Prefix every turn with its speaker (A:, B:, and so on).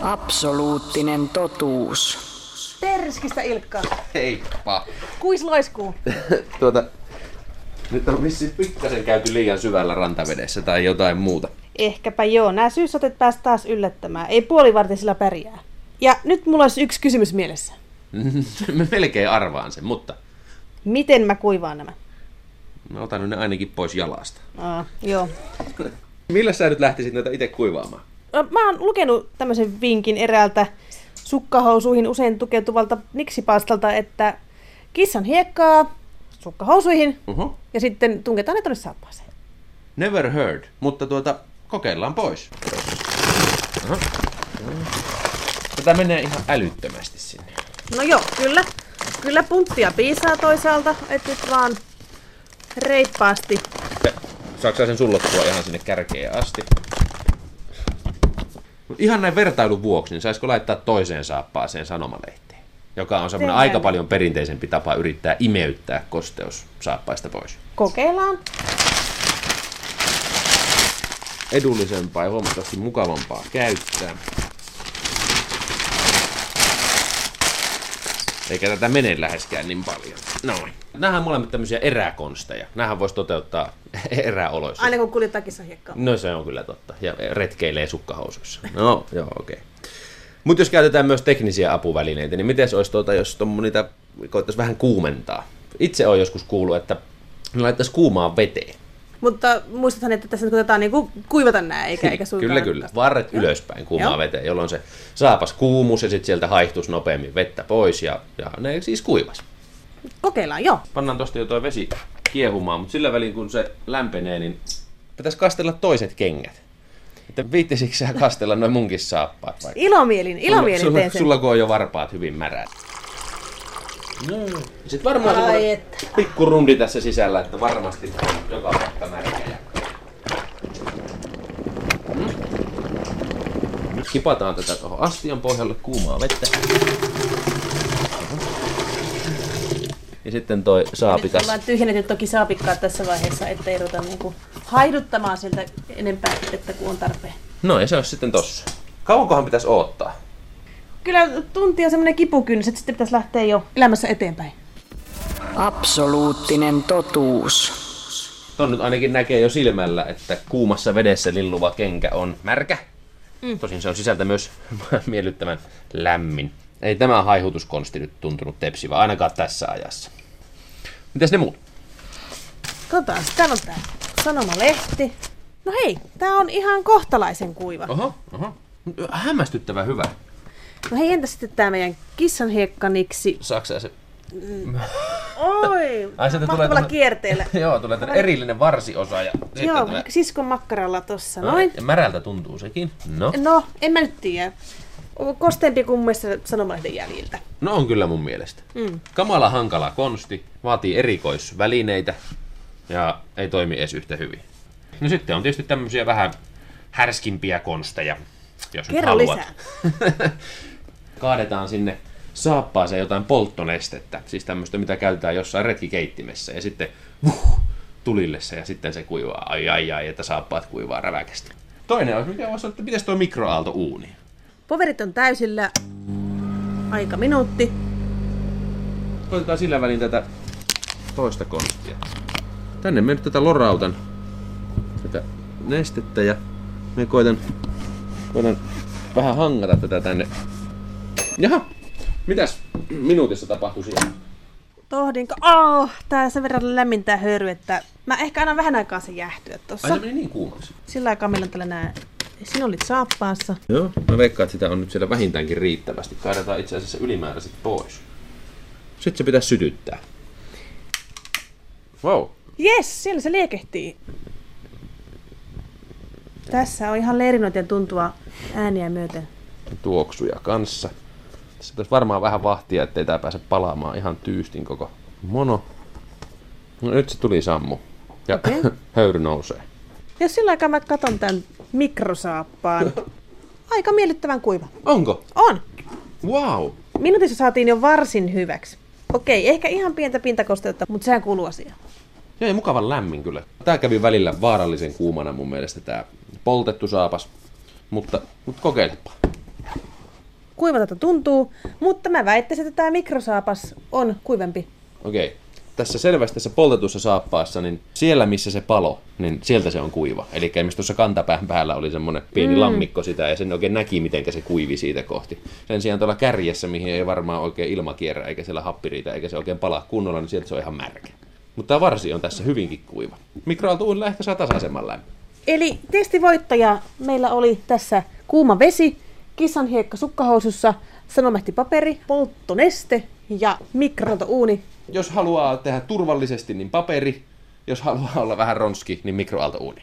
A: Absoluuttinen totuus.
B: Terskistä Ilkka.
C: Heippa.
B: Kuis loiskuu.
C: Tuota, nyt on vissiin pikkasen käyty liian syvällä rantavedessä tai jotain muuta.
B: Ehkäpä joo, nämä syyssateet pääsi taas yllättämään. Ei puolivartisilla pärjää. Ja nyt mulla olisi yksi kysymys mielessä.
C: Mä melkein arvaan sen, mutta
B: Miten mä kuivaan nämä?
C: mä otan nyt ne ainakin pois jalasta.
B: Aa, joo.
C: Millä sä nyt lähtisit näitä itse kuivaamaan?
B: No, Mä oon lukenut tämmöisen vinkin eräältä sukkahousuihin usein tukeutuvalta niksipalstalta, että kissan hiekkaa sukkahousuihin
C: Uhu.
B: ja sitten tunketaan ne tuonne saappaaseen.
C: Never heard, mutta tuota, kokeillaan pois. Aha. Tätä menee ihan älyttömästi sinne.
B: No joo, kyllä. Kyllä punttia piisaa toisaalta, että nyt vaan reippaasti.
C: Saatko sä sen sullottua ihan sinne kärkeen asti? Ihan näin vertailun vuoksi, niin saisiko laittaa toiseen saappaaseen sanomalehteen? Joka on semmoinen
B: Tehdään
C: aika
B: näin.
C: paljon perinteisempi tapa yrittää imeyttää kosteus saappaista pois.
B: Kokeillaan.
C: Edullisempaa ja huomattavasti mukavampaa käyttää. Eikä tätä mene läheskään niin paljon. Noin. Nämähän on molemmat tämmöisiä eräkonsteja. Nämähän voisi toteuttaa eräoloissa.
B: Aina kun kuljettaa kissan hiekkaa.
C: No se on kyllä totta. Ja retkeilee sukkahousuissa. No, joo, okei. Okay. Mutta jos käytetään myös teknisiä apuvälineitä, niin miten se olisi tuota, jos tommo niitä koettaisiin vähän kuumentaa? Itse olen joskus kuullut, että ne laittaisi kuumaan veteen.
B: Mutta muistathan, että tässä nyt otetaan niinku kuivata nämä, eikä, eikä suinkaan.
C: kyllä, kyllä. Varret ylöspäin kuumaan
B: Joo.
C: veteen, jolloin se saapas kuumuus ja sitten sieltä haihtuisi nopeammin vettä pois ja, ja ne siis kuivas.
B: Kokeillaan, joo.
C: Pannaan tosta jotain vesi kiehumaan, mutta sillä välin kun se lämpenee, niin pitäisi kastella toiset kengät. Että viittisikö sä kastella noin munkin saappaat vai?
B: Ilomielin, ilomielin
C: sulla,
B: teen sen.
C: Sulla kun on jo varpaat hyvin märät. No, sit varmaan
B: Ai
C: semmonen
B: että.
C: pikku rundi tässä sisällä, että varmasti on joka paikka märkä. ja- Mm. Nyt kipataan tätä tuohon astian pohjalle kuumaa vettä. Aha. Ja sitten toi
B: Nyt
C: saapikas.
B: ollaan tyhjennetty toki saapikkaa tässä vaiheessa, ettei ruveta niinku haiduttamaan siltä enempää, että kun on tarpeen.
C: No ja se on sitten tossa. Kauankohan pitäisi oottaa?
B: Kyllä tunti on semmoinen kipukynnys, että sitten pitäisi lähteä jo elämässä eteenpäin.
A: Absoluuttinen totuus.
C: Ton nyt ainakin näkee jo silmällä, että kuumassa vedessä lilluva kenkä on märkä. Mm. Tosin se on sisältä myös miellyttävän lämmin. Ei tämä haihutuskonsti nyt tuntunut tepsivä, ainakaan tässä ajassa. Mitäs ne muut?
B: Katsotaan, täällä on tää sanomalehti. No hei, tää on ihan kohtalaisen kuiva.
C: Oho, oho. Hämmästyttävä hyvä.
B: No hei, entä sitten tää meidän kissan hiekkaniksi?
C: Saksaa se.
B: Oi,
C: Ai, sieltä tulee
B: mahtavalla
C: tämmönen-
B: kierteellä.
C: Joo, tulee tänne erillinen varsiosa ja sitten
B: Joo,
C: tämä-
B: siskon makkaralla tossa, noin.
C: Ja märältä tuntuu sekin. No.
B: No, en mä nyt tiedä. On Kosteempi kuin mun mielestä sanomalehden jäljiltä.
C: no on kyllä mun mielestä. Mm. Kamala hankala konsti, vaatii erikoisvälineitä ja ei toimi edes yhtä hyvin. No sitten on tietysti tämmöisiä vähän härskimpiä konsteja, jos nyt
B: Kerro
C: haluat.
B: lisää.
C: Kaadetaan sinne saappaaseen jotain polttonestettä, siis tämmöistä, mitä käytetään jossain retkikeittimessä ja sitten vuh, tulille se ja sitten se kuivaa. Ai ai ai, että saappaat kuivaa räväkästi. Toinen olisi, mikä voisi olla, että pitäis tuo mikroaaltouuni.
B: Poverit on täysillä. Aika minuutti.
C: Koitetaan sillä välin tätä toista konstia. Tänne me nyt tätä lorautan tätä nestettä ja me koitan, koitan vähän hangata tätä tänne. Jaha, mitäs minuutissa tapahtui siellä?
B: Tohdinko? Oh, tää sen verran lämmintää höyry, että mä ehkä annan vähän aikaa se jäähtyä
C: Ai se
B: tossa.
C: meni niin kuumaksi.
B: Sillä aikaa meillä on täällä nää sinolit saappaassa.
C: Joo, mä veikkaan, että sitä on nyt siellä vähintäänkin riittävästi. Kaidetaan itse asiassa ylimääräiset pois. Sitten se pitäisi sytyttää. Wow,
B: Jes, siellä se liekehtii. Tässä on ihan leirinoiden tuntua ääniä myöten.
C: tuoksuja kanssa. Tässä pitäisi varmaan vähän vahtia, ettei tää pääse palaamaan ihan tyystin koko mono. No nyt se tuli sammu. Ja
B: Okei.
C: okay. höyry nousee.
B: Jos sillä aikaa mä katon tämän mikrosaappaan. Aika miellyttävän kuiva.
C: Onko?
B: On.
C: Wow!
B: Minuutissa saatiin jo varsin hyväksi. Okei, ehkä ihan pientä pintakosteutta, mutta sehän kuuluu asiaan.
C: Jäi mukavan lämmin kyllä. Tää kävi välillä vaarallisen kuumana mun mielestä tää poltettu saapas. Mutta, mutta kokeilepa.
B: kuivalta tuntuu, mutta mä väittäisin, että tämä mikrosaapas on kuivempi.
C: Okei. Tässä selvästi tässä poltetussa saappaassa, niin siellä missä se palo, niin sieltä se on kuiva. Eli esimerkiksi tuossa kantapään päällä oli semmoinen pieni mm. lammikko sitä ja sen oikein näki, miten se kuivi siitä kohti. Sen sijaan tuolla kärjessä, mihin ei varmaan oikein ilma kierrä, eikä siellä happi riitä, eikä se oikein palaa kunnolla, niin sieltä se on ihan märkä. Mutta tämä varsi on tässä hyvinkin kuiva. Mikroaaltuun ehkä saa tasaisemman lämmön.
B: Eli testivoittaja meillä oli tässä kuuma vesi, kissan hiekka sukkahousussa, sanomehti paperi, polttoneste ja mikroaaltouuni.
C: Jos haluaa tehdä turvallisesti, niin paperi. Jos haluaa olla vähän ronski, niin mikroaaltouuni.